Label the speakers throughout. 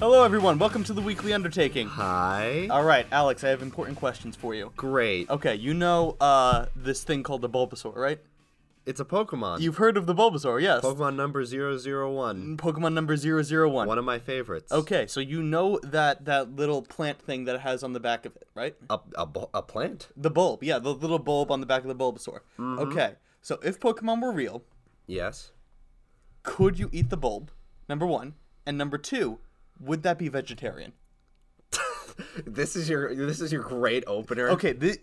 Speaker 1: Hello, everyone. Welcome to the weekly undertaking.
Speaker 2: Hi.
Speaker 1: All Oh, right, Alex, I have important questions for you.
Speaker 2: Great.
Speaker 1: Okay, you know uh, this thing called the Bulbasaur, right?
Speaker 2: It's a Pokemon.
Speaker 1: You've heard of the Bulbasaur, yes.
Speaker 2: Pokemon number 001.
Speaker 1: Pokemon number 001.
Speaker 2: One of my favorites.
Speaker 1: Mm. Okay, so you know that that little plant thing that it has on the back of it, right?
Speaker 2: A, a, bu- a plant?
Speaker 1: The bulb, yeah, the little bulb on the back of the Bulbasaur.
Speaker 2: Mm-hmm.
Speaker 1: Okay, so if Pokemon were real,
Speaker 2: Yes.
Speaker 1: could you eat the bulb? Number one, and number two, would that be vegetarian?
Speaker 2: This is your this is your great opener.
Speaker 1: Okay, thi-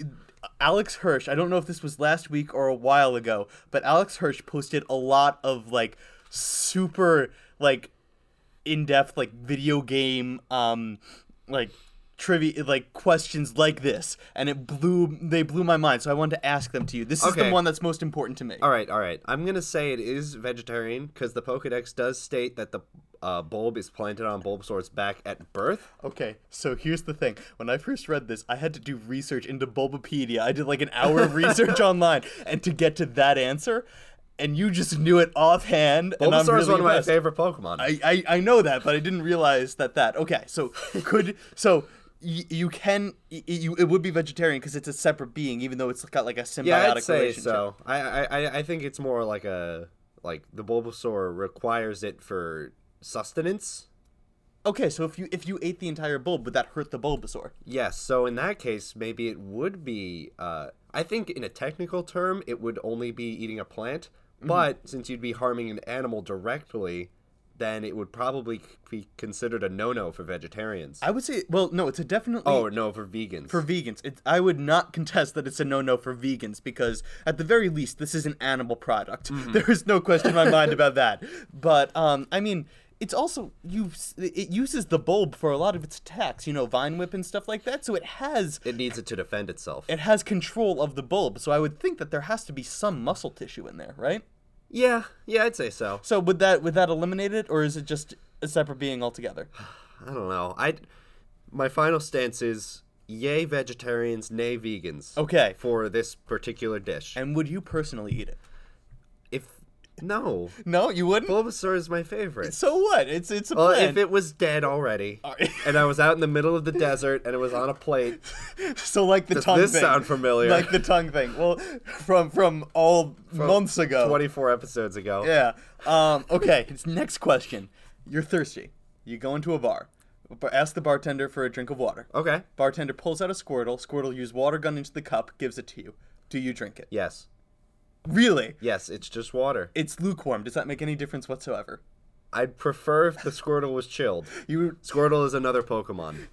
Speaker 1: Alex Hirsch, I don't know if this was last week or a while ago, but Alex Hirsch posted a lot of like super like in-depth like video game um like trivia like questions like this and it blew they blew my mind so I wanted to ask them to you. This is the
Speaker 2: Okay.
Speaker 1: one that's most important to me.
Speaker 2: All right, all right. I'm going to say it is vegetarian cuz the Pokédex does state that the uh, bulb is planted on Bulbasaur's back at birth.
Speaker 1: Okay, so here's the thing. When I first read this, I had to do research into Bulbapedia. I did like an hour of research online, and to get to that answer, and you just knew it offhand. and
Speaker 2: Bulbasaur
Speaker 1: I'm really
Speaker 2: is one of my
Speaker 1: impressed.
Speaker 2: favorite Pokemon.
Speaker 1: I, I I know that, but I didn't realize that that. Okay, so could so. y- You can, y- you it would be vegetarian because it's a separate being, even though it's got like a symbiotic
Speaker 2: yeah, I'd say
Speaker 1: relationship.
Speaker 2: so. I, I I- I think it's more like a like the Bulbasaur requires it for sustenance.
Speaker 1: Okay, so if you if you ate the entire bulb, would that hurt the Bulbasaur?
Speaker 2: Yes, so in that case, maybe it would be. Uh, I think in a technical term, it would only be eating a plant,
Speaker 1: Mm-hmm.
Speaker 2: but since you'd be harming an animal directly, then it would probably c- be considered a no no for vegetarians.
Speaker 1: I would say, well, no, it's a definitely
Speaker 2: oh, no, for vegans.
Speaker 1: for vegans. It, I would not contest that it's a no-no for vegans because, at the very least, this is an animal product.
Speaker 2: Mm-hmm.
Speaker 1: There is no question in my mind about that. But um, I mean, it's also you. It uses the bulb for a lot of its attacks. You know, vine whip and stuff like that. So it has
Speaker 2: it needs it to defend itself.
Speaker 1: it has control of the bulb. So I would think that there has to be some muscle tissue in there, right?
Speaker 2: yeah, yeah, I'd say so.
Speaker 1: So would that would that eliminate it, or is it just a separate being altogether?
Speaker 2: I don't know. I my final stance is yay vegetarians, nay vegans.
Speaker 1: Okay.
Speaker 2: For this particular dish.
Speaker 1: And would you personally eat it?
Speaker 2: if no,
Speaker 1: No, you wouldn't.
Speaker 2: Bulbasaur is my favorite.
Speaker 1: so what? It's it's a
Speaker 2: Well,
Speaker 1: plan.
Speaker 2: if it was dead already,
Speaker 1: right.
Speaker 2: and I was out in the middle of the desert, and it was on a plate,
Speaker 1: So like the tongue
Speaker 2: this
Speaker 1: thing.
Speaker 2: sound familiar?
Speaker 1: Like the tongue thing. Well, from from all months ago.
Speaker 2: twenty-four episodes ago.
Speaker 1: Oh. Yeah. Um, okay. It's next question. You're thirsty. You go into a bar. Bar- Ask the bartender for a drink of water.
Speaker 2: Okay.
Speaker 1: Bartender pulls out a Squirtle. Squirtle uses water gun into the cup. Gives it to you. Do you drink it?
Speaker 2: Yes.
Speaker 1: Really?
Speaker 2: Yes, it's just water.
Speaker 1: It's lukewarm. Does that make any difference whatsoever?
Speaker 2: I'd prefer if the Squirtle was chilled.
Speaker 1: You.
Speaker 2: Squirtle is another Pokemon.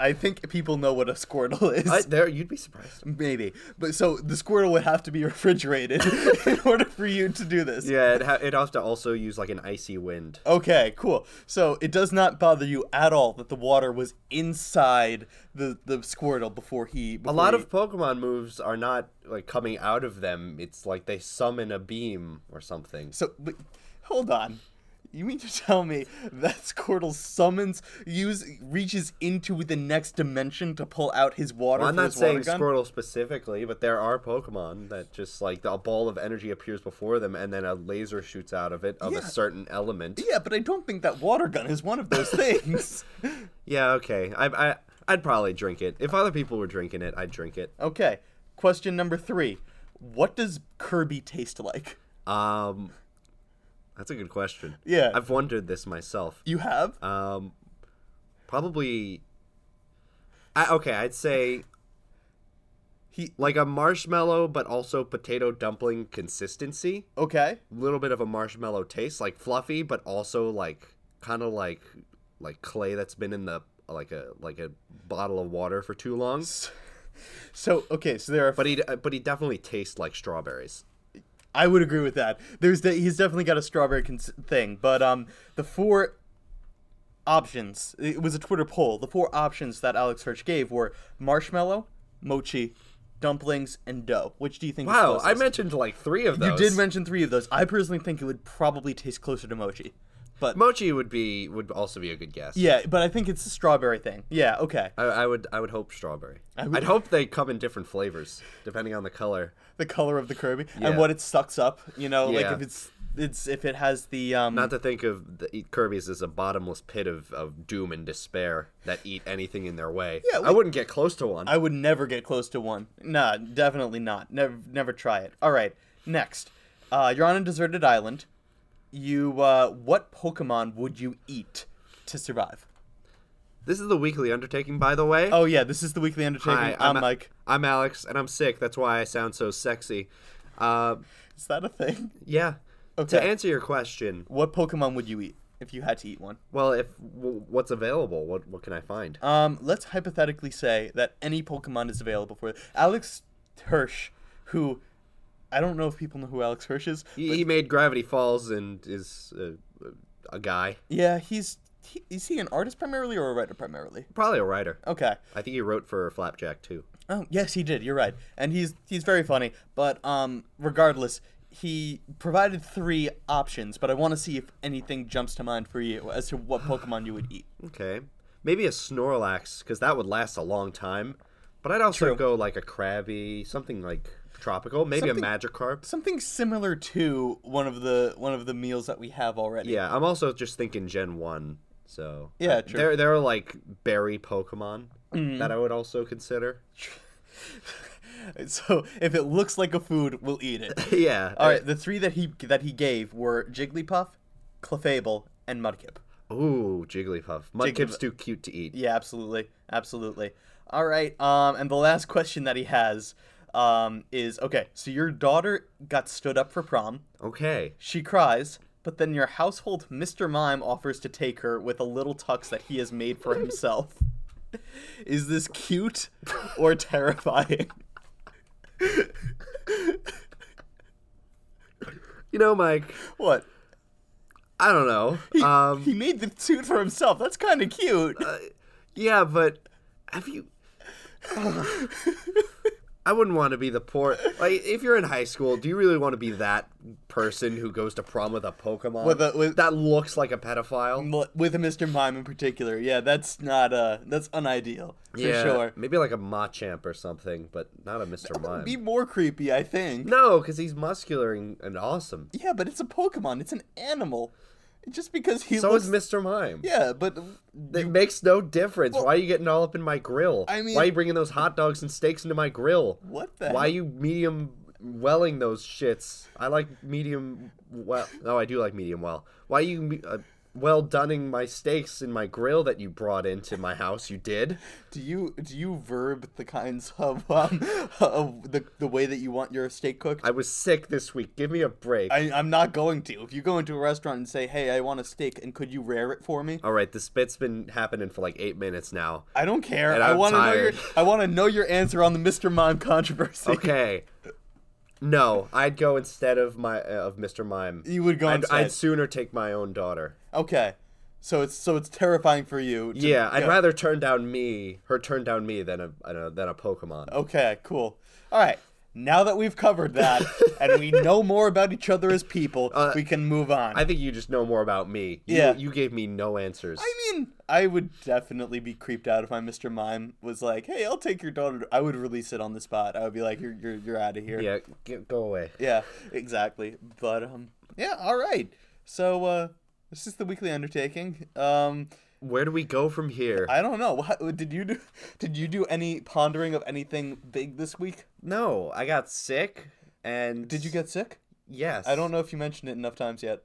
Speaker 1: I think people know what a Squirtle is.
Speaker 2: I, there, you'd be surprised.
Speaker 1: Maybe, but so the Squirtle would have to be refrigerated in order for you to do this.
Speaker 2: Yeah, it ha- it has to also use like an icy wind.
Speaker 1: Okay, cool. So it does not bother you at all that the water was inside the the Squirtle before he.
Speaker 2: A lot of Pokemon moves are not like coming out of them. It's like they summon a beam or something.
Speaker 1: so, but, hold on. You mean to tell me that Squirtle summons, use, reaches into the next dimension to pull out his water?
Speaker 2: Well, I'm
Speaker 1: for
Speaker 2: not
Speaker 1: his water
Speaker 2: saying
Speaker 1: gun?
Speaker 2: Squirtle specifically, but there are Pokemon that just like a ball of energy appears before them, and then a laser shoots out of it of
Speaker 1: Yeah.
Speaker 2: a certain element.
Speaker 1: Yeah, but I don't think that water gun is one of those things.
Speaker 2: Yeah, okay. I, I I'd probably drink it if other people were drinking it. I'd drink it.
Speaker 1: okay, question number three. What does Kirby taste like?
Speaker 2: Um, that's a good question.
Speaker 1: Yeah.
Speaker 2: I've wondered this myself.
Speaker 1: You have?
Speaker 2: Um, probably. I, okay, I'd say
Speaker 1: He
Speaker 2: like a marshmallow, but also potato dumpling consistency.
Speaker 1: okay.
Speaker 2: little bit of a marshmallow taste, like fluffy, but also like kind of like like clay that's been in the like a like a bottle of water for too long.
Speaker 1: So okay, so there are
Speaker 2: But he uh, but he definitely tastes like strawberries.
Speaker 1: I would agree with that. There's de- he's definitely got a strawberry cons- thing, but um, the four options. It was a Twitter poll. The four options that Alex Hirsch gave were marshmallow, mochi, dumplings, and dough. Which do you think? is
Speaker 2: Wow, I
Speaker 1: closest?
Speaker 2: mentioned like three of
Speaker 1: you
Speaker 2: those.
Speaker 1: did mention three of those. I personally think it would probably taste closer to mochi, but
Speaker 2: mochi would be would also be a good guess.
Speaker 1: yeah, but I think it's a strawberry thing. Yeah, okay.
Speaker 2: I, I would I would hope strawberry. I
Speaker 1: would-
Speaker 2: would... I'd hope they come in different flavors depending on the color.
Speaker 1: The color of the Kirby
Speaker 2: Yeah.
Speaker 1: and what it sucks up. You know, like
Speaker 2: Yeah.
Speaker 1: if it's it's if it has the um
Speaker 2: Not to think of the eat Kirby's as a bottomless pit of, of doom and despair that eat anything in their way.
Speaker 1: Yeah,
Speaker 2: I wouldn't get close to one.
Speaker 1: I would never get close to one. Nah, definitely not. Never, never try it. All right, next. Uh, you're on a deserted island. You, uh, what Pokemon would you eat to survive?
Speaker 2: This is the weekly undertaking, by the way.
Speaker 1: Oh yeah, this is the weekly undertaking.
Speaker 2: Hi,
Speaker 1: I'm,
Speaker 2: A-
Speaker 1: like,
Speaker 2: I'm Alex, and I'm sick. That's why I sound so sexy. Uh,
Speaker 1: is that a thing?
Speaker 2: yeah. To
Speaker 1: Okay.
Speaker 2: answer your question,
Speaker 1: What Pokemon would you eat if you had to eat one?
Speaker 2: well, if w- what's available, what what can I find?
Speaker 1: Um, let's hypothetically say that any Pokemon is available for Alex Hirsch, who I don't know if people know who Alex Hirsch is.
Speaker 2: He, he made Gravity Falls and is uh, a guy,
Speaker 1: Yeah, he's he, is he an artist primarily or a writer primarily?
Speaker 2: probably a writer.
Speaker 1: Okay.
Speaker 2: I think he wrote for Flapjack too.
Speaker 1: Oh yes, he did. You're right, and he's he's very funny. But um, regardless, he provided three options. But I want to see if anything jumps to mind for you as to what Pokemon you would eat.
Speaker 2: Okay, maybe a Snorlax because that would last a long time. But I'd also
Speaker 1: True.
Speaker 2: go like a Krabby, something like tropical, maybe
Speaker 1: Something-
Speaker 2: a Magikarp.
Speaker 1: Something similar to one of the one of the meals that we have already.
Speaker 2: Yeah, I'm also just thinking Gen One. So
Speaker 1: Yeah,
Speaker 2: uh,
Speaker 1: true. Mm-hmm.
Speaker 2: There, there are like berry Pokemon that I would also consider.
Speaker 1: So if it looks like a food, we'll eat it.
Speaker 2: yeah.
Speaker 1: All right. The three that he that he gave were Jigglypuff, Clefable, and Mudkip.
Speaker 2: Ooh, Jigglypuff. Mudkip's too cute to eat.
Speaker 1: Yeah, absolutely, absolutely. All right. Um, and the last question that he has, um, is okay. So your daughter got stood up for prom.
Speaker 2: Okay.
Speaker 1: She cries, but then your household Mr. Mime offers to take her with a little tux that he has made for himself. Is this cute or terrifying?
Speaker 2: You know, Mike.
Speaker 1: What?
Speaker 2: I don't know. um, uh,
Speaker 1: He made the suit for himself. That's kind of cute.
Speaker 2: yeah, but have you? Ugh. I wouldn't want to be the poor. Like, if you're in high school, do you really want to be that person who goes to prom with a Pokemon
Speaker 1: With a- with- Mm,
Speaker 2: that looks like a pedophile?
Speaker 1: L- With a Mr. Mime in particular, yeah, that's not uh, that's unideal for
Speaker 2: yeah,
Speaker 1: sure.
Speaker 2: Maybe like a Machamp or something, but not a Mr. Mime.
Speaker 1: Be more creepy, I think.
Speaker 2: No, because he's muscular and, and awesome.
Speaker 1: Yeah, but it's a Pokemon. It's an animal. Just because he
Speaker 2: So
Speaker 1: looks.
Speaker 2: is Mr. Mime.
Speaker 1: yeah, but
Speaker 2: It makes no difference. Why are you getting all up in my grill?
Speaker 1: I mean-
Speaker 2: Why are you bringing those hot dogs and steaks into my grill?
Speaker 1: what the?
Speaker 2: Why
Speaker 1: heck?
Speaker 2: you medium welling those shits? I like medium well. No, I do like medium well. Why you me- uh, well dunning my steaks in my grill that you brought into my house? You did.
Speaker 1: do you do you verb the kinds of um of the the way that you want your steak cooked?
Speaker 2: I was sick this week. Give me a break.
Speaker 1: I, I'm not going to. If you go into a restaurant and say, "Hey, I want a steak, and could you rare it for me?"
Speaker 2: all right, the spit's been happening for like eight minutes now.
Speaker 1: I don't care.
Speaker 2: And
Speaker 1: I
Speaker 2: I'm
Speaker 1: want to know your
Speaker 2: tired.
Speaker 1: I want to know your answer on the Mr. Mime controversy.
Speaker 2: Okay. No, I'd go instead of my uh, of Mr. Mime.
Speaker 1: You would go
Speaker 2: I'd,
Speaker 1: instead.
Speaker 2: I'd sooner take my own daughter.
Speaker 1: Okay. So it's so it's terrifying for you. to-
Speaker 2: Yeah, I'd rather turn down me, her turn down me than a, than a than a Pokemon.
Speaker 1: Okay, cool. All right. Now that we've covered that and we know more about each other as people, we can move on.
Speaker 2: Uh, I think you just know more about me. You-
Speaker 1: Yeah.
Speaker 2: you gave me no answers.
Speaker 1: I mean, I would definitely be creeped out if my Mr. Mime was like, "Hey, I'll take your daughter." I would release it on the spot. I would be like, "You're you're you're out of here."
Speaker 2: yeah, g- go away.
Speaker 1: Yeah, exactly. But um, yeah. All right. So uh, this is the weekly undertaking. Um,
Speaker 2: Where do we go from here?
Speaker 1: I don't know. What did you do? Did you do any pondering of anything big this week?
Speaker 2: no, I got sick, and
Speaker 1: Did you get sick?
Speaker 2: Yes.
Speaker 1: I don't know if you mentioned it enough times yet.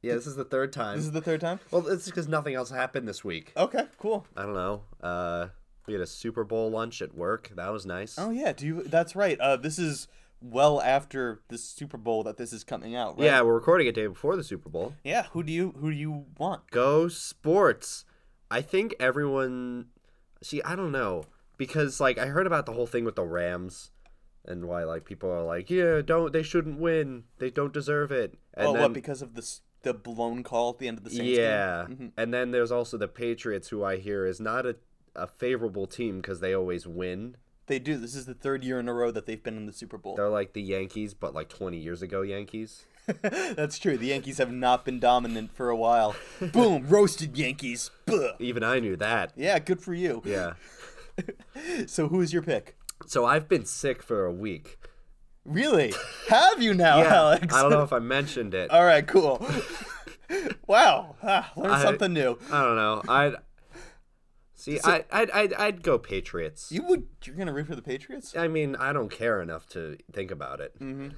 Speaker 2: Yeah, this is the third time.
Speaker 1: This is the third time.
Speaker 2: well, it's because nothing else happened this week.
Speaker 1: Okay, cool.
Speaker 2: I don't know. Uh, we had a Super Bowl lunch at work. That was nice.
Speaker 1: Oh yeah, do you? That's right. Uh, this is well after the Super Bowl that this is coming out, right?
Speaker 2: Yeah, we're recording a day before the Super Bowl.
Speaker 1: Yeah. Who do you who do you want?
Speaker 2: Go sports. I think everyone. See, I don't know because like I heard about the whole thing with the Rams and why like people are like, yeah, don't they shouldn't win. They don't deserve it. And
Speaker 1: oh,
Speaker 2: then,
Speaker 1: what? Because of the s- the blown call at the end of the Saints
Speaker 2: yeah.
Speaker 1: game. Mm-hmm.
Speaker 2: And then there's also the Patriots, who I hear is not a a favorable team because they always win.
Speaker 1: They do. This is the third year in a row that they've been in the Super Bowl.
Speaker 2: They're like the Yankees, but like 20 years ago Yankees.
Speaker 1: that's true. The Yankees have not been dominant for a while. Boom, roasted Yankees. Buh.
Speaker 2: Even I knew that.
Speaker 1: Yeah, good for you.
Speaker 2: Yeah.
Speaker 1: So who is your pick?
Speaker 2: So I've been sick for a week.
Speaker 1: Really? Have you now,
Speaker 2: Yeah,
Speaker 1: Oh, Alex?
Speaker 2: I don't know if I mentioned it.
Speaker 1: All right, cool. wow, ah, learn
Speaker 2: I-
Speaker 1: something new.
Speaker 2: I don't know. I'd see. I, I'd, I'd I'd go Patriots.
Speaker 1: You would you're gonna root for the Patriots?
Speaker 2: I mean, I don't care enough to think about it.
Speaker 1: Mhm.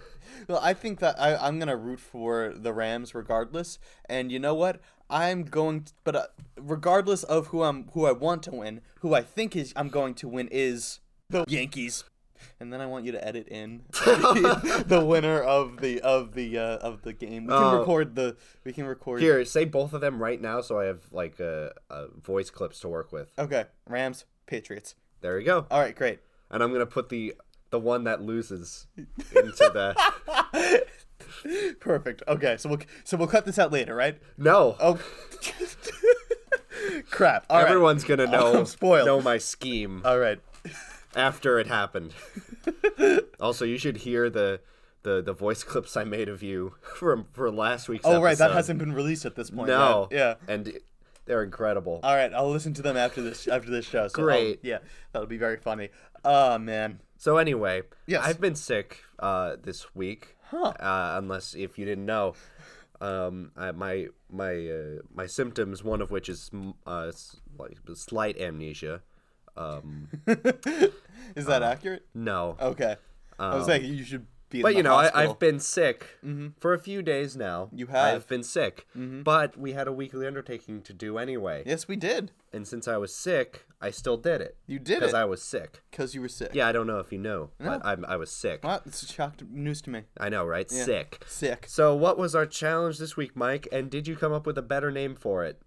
Speaker 1: Well, I think that I, I'm gonna root for the Rams regardless. And you know what? I'm going, to, but uh, regardless of who I'm, who I want to win, who I think is I'm going to win is the Yankees. And then I want you to edit in the winner of the of the uh, of the game. We can
Speaker 2: Oh.
Speaker 1: record the we can record.
Speaker 2: Here, say both of them right now, so I have like a, a voice clips to work with.
Speaker 1: Okay, Rams, Patriots.
Speaker 2: There you go.
Speaker 1: All right, great.
Speaker 2: And I'm gonna put the the one that loses into the
Speaker 1: Oh, Perfect. Okay, so we'll so we'll cut this out later, right?
Speaker 2: no.
Speaker 1: Oh, crap! All right.
Speaker 2: Everyone's gonna know
Speaker 1: I'm spoiled.
Speaker 2: know my scheme
Speaker 1: All right.
Speaker 2: after it happened. also, you should hear the. The, the voice clips I made of you from for last week's
Speaker 1: Oh right, that
Speaker 2: episode.
Speaker 1: hasn't been released at this point.
Speaker 2: No.
Speaker 1: right? Yeah.
Speaker 2: And it- they're incredible.
Speaker 1: All right, I'll listen to them after this after this show. So I'll-
Speaker 2: Great.
Speaker 1: yeah, that'll be very funny. Oh man.
Speaker 2: so anyway,
Speaker 1: Yes.
Speaker 2: I've been sick uh, this week. Uh, unless if you didn't know, um, I, my my uh, my symptoms, one of which is mm, uh, s- like slight amnesia. Um,
Speaker 1: Is that
Speaker 2: Uh-huh.
Speaker 1: accurate?
Speaker 2: no,
Speaker 1: Okay. I was like, you should be. In
Speaker 2: Um, but
Speaker 1: Oh, the
Speaker 2: you know, I,
Speaker 1: hospital. Mm-hmm.
Speaker 2: I've been sick for a few days now.
Speaker 1: You have. Mm-hmm.
Speaker 2: I've been sick, but we had a weekly undertaking to do anyway,
Speaker 1: Yes, we did.
Speaker 2: and since I was sick, I still did it.
Speaker 1: You did
Speaker 2: because
Speaker 1: it.
Speaker 2: I was sick.
Speaker 1: Because you were sick.
Speaker 2: Yeah, I don't know if you know, but I'm, I was sick.
Speaker 1: Wow, it's shocked news to me.
Speaker 2: I know, right? Sick.
Speaker 1: Sick.
Speaker 2: So, what was our challenge this week, Mike? And did you come up with a better name for it?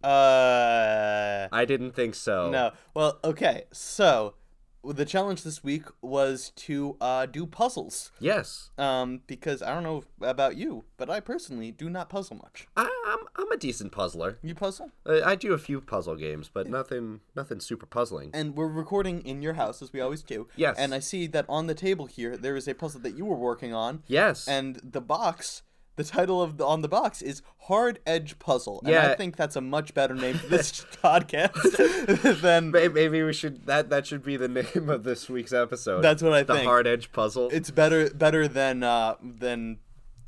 Speaker 1: Uh.
Speaker 2: I didn't think so.
Speaker 1: No. Well, okay. So, the challenge this week was to uh, do puzzles.
Speaker 2: Yes,
Speaker 1: Um, because I don't know about you, but I personally do not puzzle much.
Speaker 2: I, I'm. I'm a decent puzzler.
Speaker 1: You puzzle?
Speaker 2: Uh, I do a few puzzle games, but nothing. Nothing super puzzling.
Speaker 1: and we're recording in your house as we always do.
Speaker 2: Yes.
Speaker 1: And I see that on the table here there is a puzzle that you were working on.
Speaker 2: Yes.
Speaker 1: And the box, the title of the, on the box is Hard Edge Puzzle. And I
Speaker 2: Yeah.
Speaker 1: think that's a much better name for this podcast than
Speaker 2: May- Maybe we should that that should be the name of this week's episode.
Speaker 1: That's what I
Speaker 2: the
Speaker 1: think.
Speaker 2: hard edge puzzle.
Speaker 1: it's better better than uh than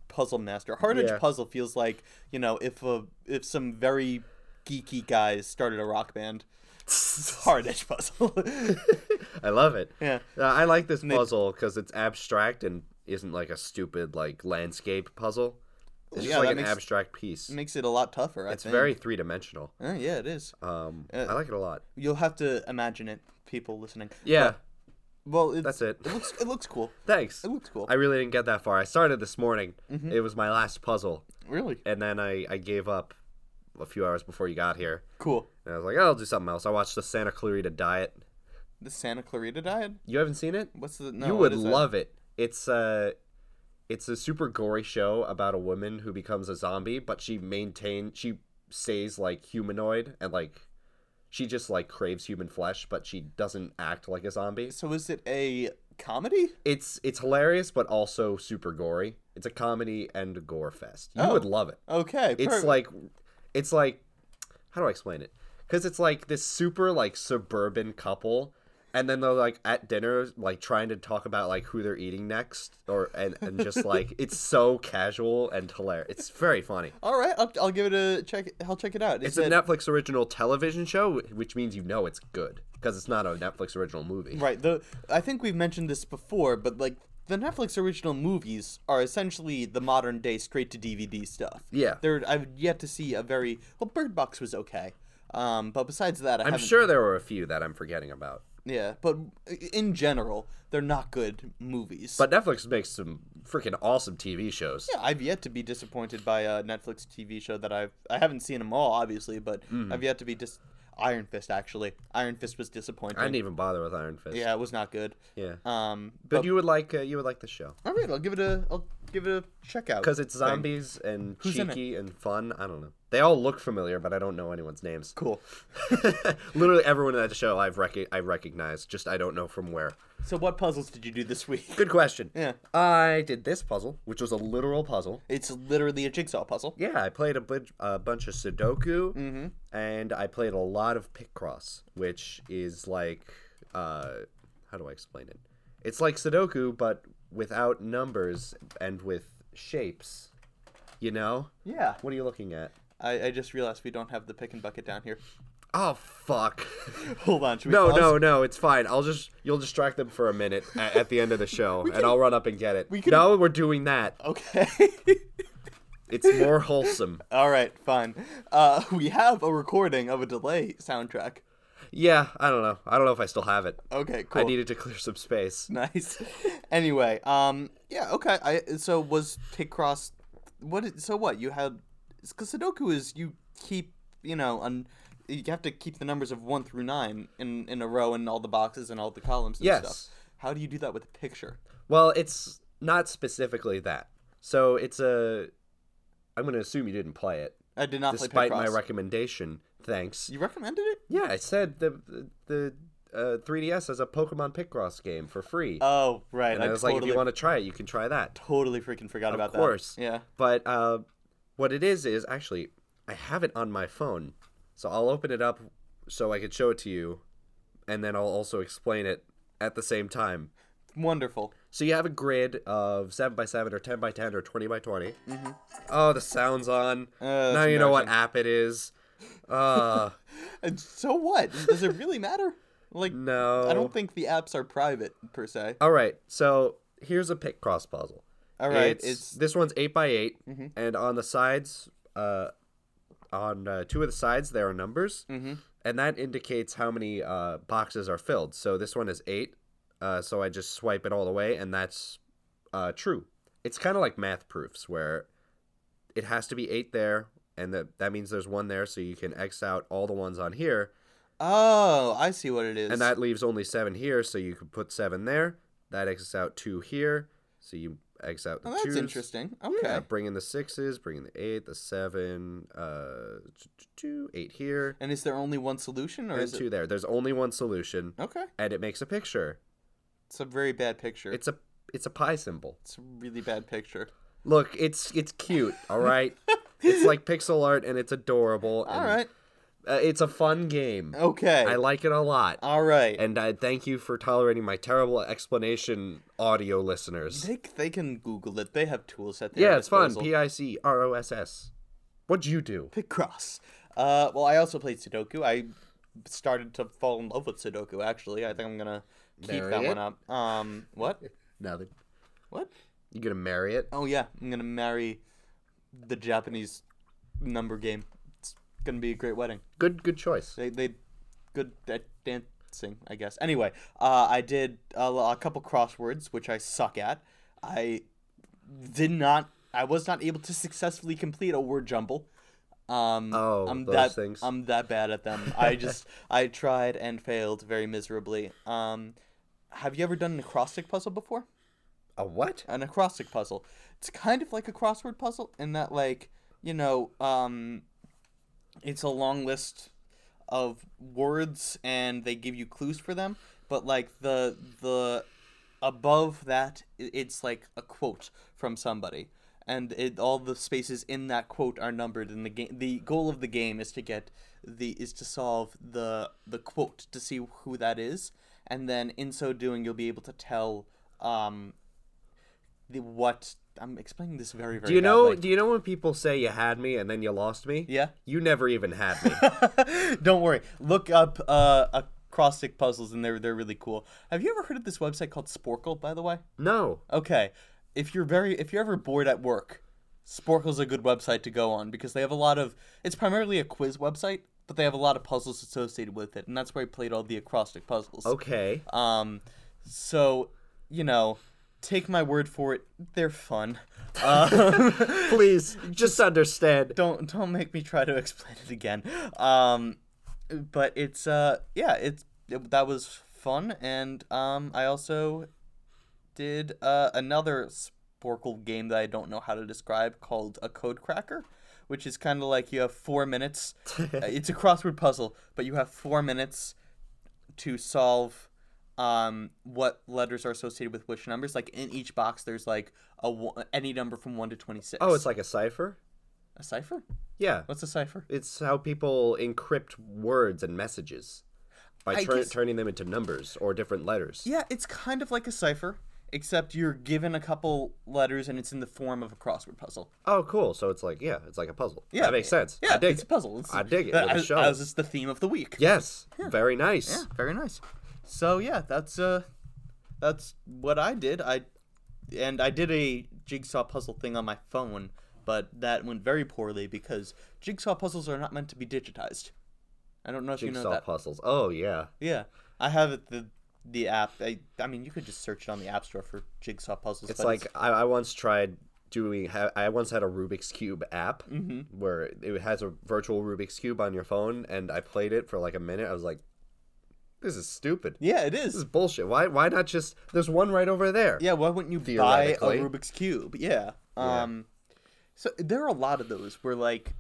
Speaker 1: Puzzle Master. Hard Edge
Speaker 2: Yeah.
Speaker 1: Puzzle feels like, you know, if a if some very geeky guys started a rock band. Hard Edge Puzzle.
Speaker 2: I love it.
Speaker 1: Yeah.
Speaker 2: Uh, I like this puzzle because it's abstract and isn't like a stupid like landscape puzzle. It's just
Speaker 1: Yeah,
Speaker 2: like
Speaker 1: that
Speaker 2: an
Speaker 1: makes-
Speaker 2: abstract piece.
Speaker 1: Makes it a lot tougher, I
Speaker 2: It's
Speaker 1: think.
Speaker 2: very three dimensional.
Speaker 1: Oh, yeah, it is.
Speaker 2: Um,
Speaker 1: Uh,
Speaker 2: I like it a lot.
Speaker 1: You'll have to imagine it, people listening.
Speaker 2: Yeah,
Speaker 1: Well, it's,
Speaker 2: that's it.
Speaker 1: It looks it looks cool.
Speaker 2: Thanks.
Speaker 1: It looks cool. Mm-hmm.
Speaker 2: I really didn't get that far. I started this morning. It was my last puzzle,
Speaker 1: really
Speaker 2: and then I I gave up a few hours before you got here.
Speaker 1: cool.
Speaker 2: And I was like, oh, I'll do something else. I watched the Santa Clarita Diet.
Speaker 1: The Santa Clarita Diet.
Speaker 2: You haven't seen it?
Speaker 1: What's the? No,
Speaker 2: you
Speaker 1: what
Speaker 2: would
Speaker 1: is that?
Speaker 2: love it. It's a it's a super gory show about a woman who becomes a zombie, but she maintain she stays like humanoid and like she just like craves human flesh, but she doesn't act like a zombie.
Speaker 1: So is it a comedy?
Speaker 2: It's it's hilarious, but also super gory. It's a comedy and gore fest. You would love it.
Speaker 1: Okay,
Speaker 2: It's
Speaker 1: Oh. perfect.
Speaker 2: like it's like how do I explain it? Because it's like this super like suburban couple, and then they're like at dinner, like trying to talk about like who they're eating next, or and and just like it's so casual and hilarious. It's very funny.
Speaker 1: all right. I'll, I'll give it a check. I'll check it out. Is
Speaker 2: It's a
Speaker 1: it-
Speaker 2: Netflix original television show, which means you know it's good because it's not a Netflix original movie.
Speaker 1: right. The I think we've mentioned this before, but like the Netflix original movies are essentially the modern day straight to DVD stuff.
Speaker 2: Yeah.
Speaker 1: There, I've yet to see a very well. Bird Box was okay, um, but besides that, I
Speaker 2: I'm
Speaker 1: haven't.
Speaker 2: sure there were a few that I'm forgetting about,
Speaker 1: Yeah, but in general, they're not good movies.
Speaker 2: but Netflix makes some freaking awesome TV shows.
Speaker 1: Yeah, I've yet to be disappointed by a Netflix TV show that I've I haven't seen them all, obviously, but
Speaker 2: Mm-hmm.
Speaker 1: I've yet to be dis. Iron Fist actually. Iron Fist was disappointing.
Speaker 2: I didn't even bother with Iron Fist.
Speaker 1: yeah, it was not good.
Speaker 2: yeah.
Speaker 1: Um, but,
Speaker 2: But you would like uh, you would like the show.
Speaker 1: all right, I'll give it a I'll give it a check out
Speaker 2: because it's
Speaker 1: thing.
Speaker 2: zombies and
Speaker 1: Who's in it?
Speaker 2: cheeky and fun. I don't know. They all look familiar, but I don't know anyone's names.
Speaker 1: Cool.
Speaker 2: Literally everyone in that show I've rec- I recognize, just I don't know from where.
Speaker 1: So what puzzles did you do this week?
Speaker 2: Good question.
Speaker 1: Yeah.
Speaker 2: I did this puzzle, which was a literal puzzle.
Speaker 1: It's literally a jigsaw puzzle.
Speaker 2: Yeah, I played a, bunch a bunch of Sudoku,
Speaker 1: Mm-hmm.
Speaker 2: and I played a lot of Picross, which is like, uh, how do I explain it? It's like Sudoku, but without numbers and with shapes. You know?
Speaker 1: Yeah.
Speaker 2: What are you looking at?
Speaker 1: I, I just realized we don't have the pick and bucket down here.
Speaker 2: Oh fuck.
Speaker 1: Hold on. Should we
Speaker 2: No,
Speaker 1: pause?
Speaker 2: no, no, it's fine. I'll just you'll distract them for a minute at, at the end of the show and I'll run up and get it.
Speaker 1: we can-
Speaker 2: no, we're doing that.
Speaker 1: Okay.
Speaker 2: It's more wholesome.
Speaker 1: All right, fine. Uh, we have a recording of a delay soundtrack.
Speaker 2: Yeah, I don't know. I don't know if I still have it.
Speaker 1: Okay, cool.
Speaker 2: I needed to clear some space.
Speaker 1: nice. anyway, um, yeah, okay. I so was Kid Cross. What? is- So what? You had because Sudoku is you keep you know un, you have to keep the numbers of one through nine in in a row in all the boxes and all the columns. And
Speaker 2: Yes.
Speaker 1: Stuff. How do you do that with a picture?
Speaker 2: Well, it's not specifically that. So it's a. I'm going to assume you didn't play it,
Speaker 1: I did not play
Speaker 2: despite
Speaker 1: Picross.
Speaker 2: my recommendation. Thanks.
Speaker 1: you recommended it?
Speaker 2: Yeah, I said the the uh, 3DS has a Pokemon Picross game for free,
Speaker 1: Oh right,
Speaker 2: and
Speaker 1: I,
Speaker 2: I was
Speaker 1: totally
Speaker 2: like, if you want to try it, you can try that.
Speaker 1: totally freaking forgot about
Speaker 2: Of course.
Speaker 1: that. Yeah.
Speaker 2: But uh, what it is is actually I have it on my phone, so I'll open it up so I can show it to you, and then I'll also explain it at the same time.
Speaker 1: Wonderful.
Speaker 2: So you have a grid of seven by seven or ten by ten or twenty by 20 Oh, the sound's on.
Speaker 1: Mm-hmm. Uh, that's
Speaker 2: now you know what app it is. Uh,
Speaker 1: And so what? Does it really matter? Like
Speaker 2: no.
Speaker 1: I don't think the apps are private per se.
Speaker 2: All right, so here's a pick cross puzzle.
Speaker 1: All right,
Speaker 2: it's,
Speaker 1: it's- Mm-hmm.
Speaker 2: this one's eight by 8 and on the sides, uh, on uh, two of the sides there are numbers, mm-hmm. and that indicates how many uh, boxes are filled. So this one is eight. Uh, so I just swipe it all the way, and that's uh, true. It's kind of like math proofs where it has to be eight there, and that that means there's one there, so you can X out all the ones on here,
Speaker 1: Oh, I see what it is.
Speaker 2: and that leaves only seven here, so you could put seven there. That X's out two here, so you X out the
Speaker 1: oh, that's
Speaker 2: twos.
Speaker 1: interesting. Okay.
Speaker 2: Yeah, Uh, bring in the sixes, bring in the eight, the seven, uh, t- t- two, eight here,
Speaker 1: And is there only one solution, or
Speaker 2: and
Speaker 1: is it?
Speaker 2: two there. There's only one solution,
Speaker 1: Okay.
Speaker 2: and it makes a picture.
Speaker 1: It's a very bad picture. It's,
Speaker 2: It's a it's a pie symbol.
Speaker 1: a really bad picture.
Speaker 2: Look, it's it's cute, all right. it's like pixel art, and it's adorable.
Speaker 1: All
Speaker 2: and,
Speaker 1: right.
Speaker 2: uh, it's a fun game.
Speaker 1: Okay.
Speaker 2: I like it a lot.
Speaker 1: All right.
Speaker 2: And I thank you for tolerating my terrible explanation, audio listeners.
Speaker 1: they, they can Google it. They have tools at their
Speaker 2: yeah, it's fun.
Speaker 1: disposal.
Speaker 2: P I C R O S S. What'd you do?
Speaker 1: Pick cross. Uh, well, I also played Sudoku. I started to fall in love with Sudoku. Actually, I think I'm gonna keep
Speaker 2: Marry
Speaker 1: that
Speaker 2: it?
Speaker 1: one up. Um, what?
Speaker 2: Nothing.
Speaker 1: What?
Speaker 2: You gonna marry it?
Speaker 1: Oh yeah, I'm gonna marry the Japanese number game. It's gonna be a great wedding.
Speaker 2: Good, good choice.
Speaker 1: They they good at dancing, I guess. Anyway, uh, I did a, l- a couple crosswords, which I suck at. I did not. I was not able to successfully complete a word jumble. Um,
Speaker 2: Oh,
Speaker 1: I'm
Speaker 2: those
Speaker 1: that,
Speaker 2: things.
Speaker 1: I'm that bad at them. I just I tried and failed very miserably. Um, have you ever done an acrostic puzzle before?
Speaker 2: A what?
Speaker 1: an acrostic puzzle. It's kind of like a crossword puzzle in that, like, you know, um, it's a long list of words and they give you clues for them. But like the the above that, i- it's like a quote from somebody, and it, all the spaces in that quote are numbered. And the game, the goal of the game is to get the is to solve the the quote to see who that is, and then in so doing, you'll be able to tell. Um, the what I'm explaining this very very.
Speaker 2: Do you know?
Speaker 1: badly.
Speaker 2: Do you know when people say you had me and then you lost me?
Speaker 1: Yeah.
Speaker 2: You never even had me.
Speaker 1: Don't worry. Look up uh, acrostic puzzles, and they're they're really cool. Have you ever heard of this website called Sporkle? By the way,
Speaker 2: no.
Speaker 1: okay. If you're very if you're ever bored at work, Sporkle's a good website to go on because they have a lot of. It's primarily a quiz website, but they have a lot of puzzles associated with it, and that's where I played all the acrostic puzzles.
Speaker 2: Okay.
Speaker 1: Um, so you know, take my word for it. They're fun. Um,
Speaker 2: Please, just understand.
Speaker 1: don't don't make me try to explain it again. Um, but it's uh yeah it's it, that was fun and um I also did uh another Sporkle game that I don't know how to describe called a code cracker, which is kind of like you have four minutes. Uh, it's a crossword puzzle, but you have four minutes to solve um, what letters are associated with which numbers. Like in each box, there's like a one, any number from one to twenty six.
Speaker 2: Oh, it's like a cipher.
Speaker 1: a cipher.
Speaker 2: Yeah.
Speaker 1: What's a cipher?
Speaker 2: It's how people encrypt words and messages by
Speaker 1: I
Speaker 2: tur-
Speaker 1: guess-
Speaker 2: turning them into numbers or different letters.
Speaker 1: Yeah, it's kind of like a cipher, except you're given a couple letters and it's in the form of a crossword puzzle.
Speaker 2: Oh, cool. So it's like, yeah, it's like a puzzle.
Speaker 1: Yeah.
Speaker 2: That makes sense.
Speaker 1: Yeah,
Speaker 2: I dig
Speaker 1: it's
Speaker 2: it.
Speaker 1: a puzzle. It's,
Speaker 2: I dig it.
Speaker 1: That,
Speaker 2: With the
Speaker 1: as,
Speaker 2: show.
Speaker 1: as it's the theme of the week.
Speaker 2: Yes. Very nice.
Speaker 1: Yeah, very nice. So yeah, that's uh, that's what I did. I, and I did a jigsaw puzzle thing on my phone, but that went very poorly because jigsaw puzzles are not meant to be digitized. I don't know if you know
Speaker 2: Jigsaw
Speaker 1: that.
Speaker 2: puzzles. Oh, yeah.
Speaker 1: yeah, I have it, the the app. I, I mean, you could just search it on the app store for jigsaw puzzles.
Speaker 2: It's like I, I once tried doing. ha- I once had a Rubik's cube app where it has a virtual Rubik's cube on your phone, and I played it for like a minute. I was like, "This is stupid.
Speaker 1: yeah, it
Speaker 2: This
Speaker 1: is.
Speaker 2: is bullshit. Why? Why not just? There's one right over there.
Speaker 1: Yeah, why wouldn't you buy a
Speaker 2: Theoretically.
Speaker 1: Rubik's cube? Yeah. Um so there are a lot of those where like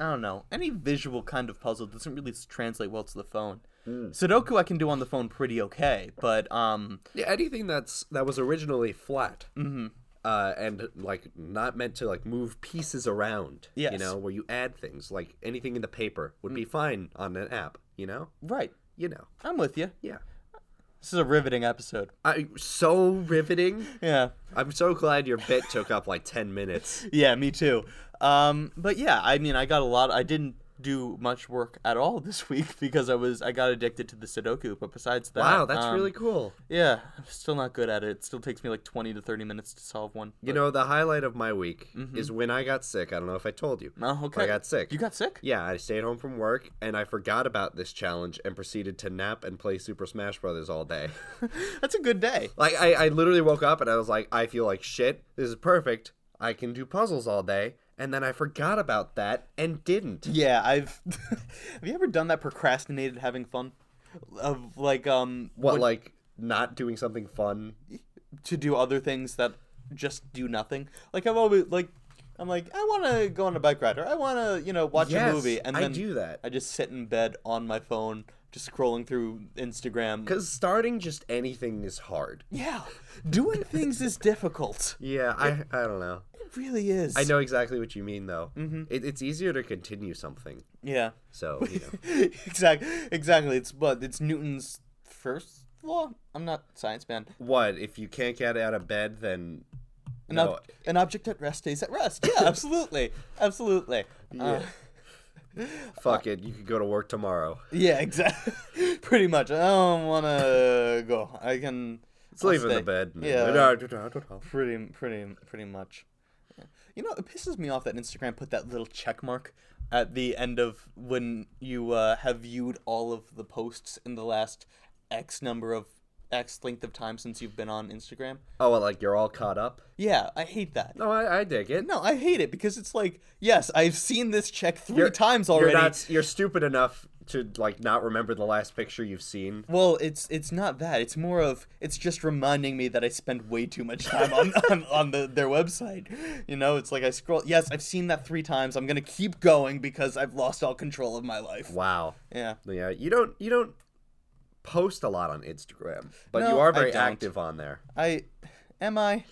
Speaker 1: I don't know, any visual kind of puzzle doesn't really s- translate well to the phone.
Speaker 2: Hmm.
Speaker 1: Sudoku I can do on the phone pretty okay, but um
Speaker 2: Yeah, anything that's that was originally flat. Uh, and like not meant to like move pieces around, you
Speaker 1: Yes.
Speaker 2: know, where you add things like anything in the paper would be fine on an app, you know,
Speaker 1: right,
Speaker 2: you know,
Speaker 1: I'm with you.
Speaker 2: yeah.
Speaker 1: This is a riveting episode.
Speaker 2: I so riveting.
Speaker 1: Yeah.
Speaker 2: I'm so glad your bit took up like 10 minutes.
Speaker 1: Yeah, me too. Um but yeah, I mean, I got a lot I didn't do much work at all this week because I was I got addicted to the Sudoku, but besides that
Speaker 2: Wow, that's
Speaker 1: um,
Speaker 2: really cool.
Speaker 1: Yeah, I'm still not good at it. It still takes me like 20 to 30 minutes to solve one.
Speaker 2: You know, the highlight of my week is when I got sick. I don't know if I told you.
Speaker 1: Mm-hmm. Oh,
Speaker 2: but
Speaker 1: okay.
Speaker 2: I got sick.
Speaker 1: You got sick?
Speaker 2: yeah, I stayed home from work and I forgot about this challenge and proceeded to nap and play Super Smash Brothers all day.
Speaker 1: That's a good day.
Speaker 2: like I, I literally woke up and I was like, I feel like shit. This is perfect. I can do puzzles all day. And then I forgot about that and didn't.
Speaker 1: Yeah, I've. have you ever done that procrastinated having fun? Of like, um,
Speaker 2: What like not doing something fun?
Speaker 1: to do other things that just do nothing? Like, I've always, like, I'm like, I want to go on a bike ride or I want to, you know, watch a
Speaker 2: Yes,
Speaker 1: movie. And then
Speaker 2: I do that.
Speaker 1: I just sit in bed on my phone, just scrolling through Instagram.
Speaker 2: Cuz starting just anything is hard.
Speaker 1: yeah, doing things is difficult.
Speaker 2: Yeah, I I don't know.
Speaker 1: It really is.
Speaker 2: I know exactly what you mean, though.
Speaker 1: Mm-hmm.
Speaker 2: It, it's easier to continue something.
Speaker 1: Yeah.
Speaker 2: So, you know.
Speaker 1: exactly. Exactly. It's but it's Newton's first law. I'm not a science man.
Speaker 2: what if you can't get out of bed? Then
Speaker 1: An,
Speaker 2: no,
Speaker 1: ob- an object at rest stays at rest. Yeah, absolutely, absolutely. Uh,
Speaker 2: fuck it. You could go to work tomorrow.
Speaker 1: yeah, exactly. Pretty much. I don't want to go. I can I'll
Speaker 2: Sleep in the
Speaker 1: stay.
Speaker 2: bed.
Speaker 1: Yeah. Pretty, pretty, pretty much. You know, it pisses me off that Instagram put that little check mark at the end of when you uh, have viewed all of the posts in the last X number of X length of time since you've been on Instagram.
Speaker 2: Oh, well, like you're all caught up.
Speaker 1: Yeah, I hate that.
Speaker 2: No, I, I dig it.
Speaker 1: No, I hate it because it's like, yes, I've seen this check 3
Speaker 2: You're-
Speaker 1: times already.
Speaker 2: You're not. You're stupid enough to like not remember the last picture you've seen.
Speaker 1: Well, it's it's not that. It's more of it's just reminding me that I spend way too much time on, on, on the their website. You know, it's like I scroll. Yes, I've seen that three times. I'm gonna keep going because I've lost all control of my life.
Speaker 2: Wow.
Speaker 1: Yeah.
Speaker 2: Yeah. You don't. You don't post a lot on Instagram, but
Speaker 1: No,
Speaker 2: you are
Speaker 1: I
Speaker 2: very
Speaker 1: don't.
Speaker 2: active on there.
Speaker 1: I am I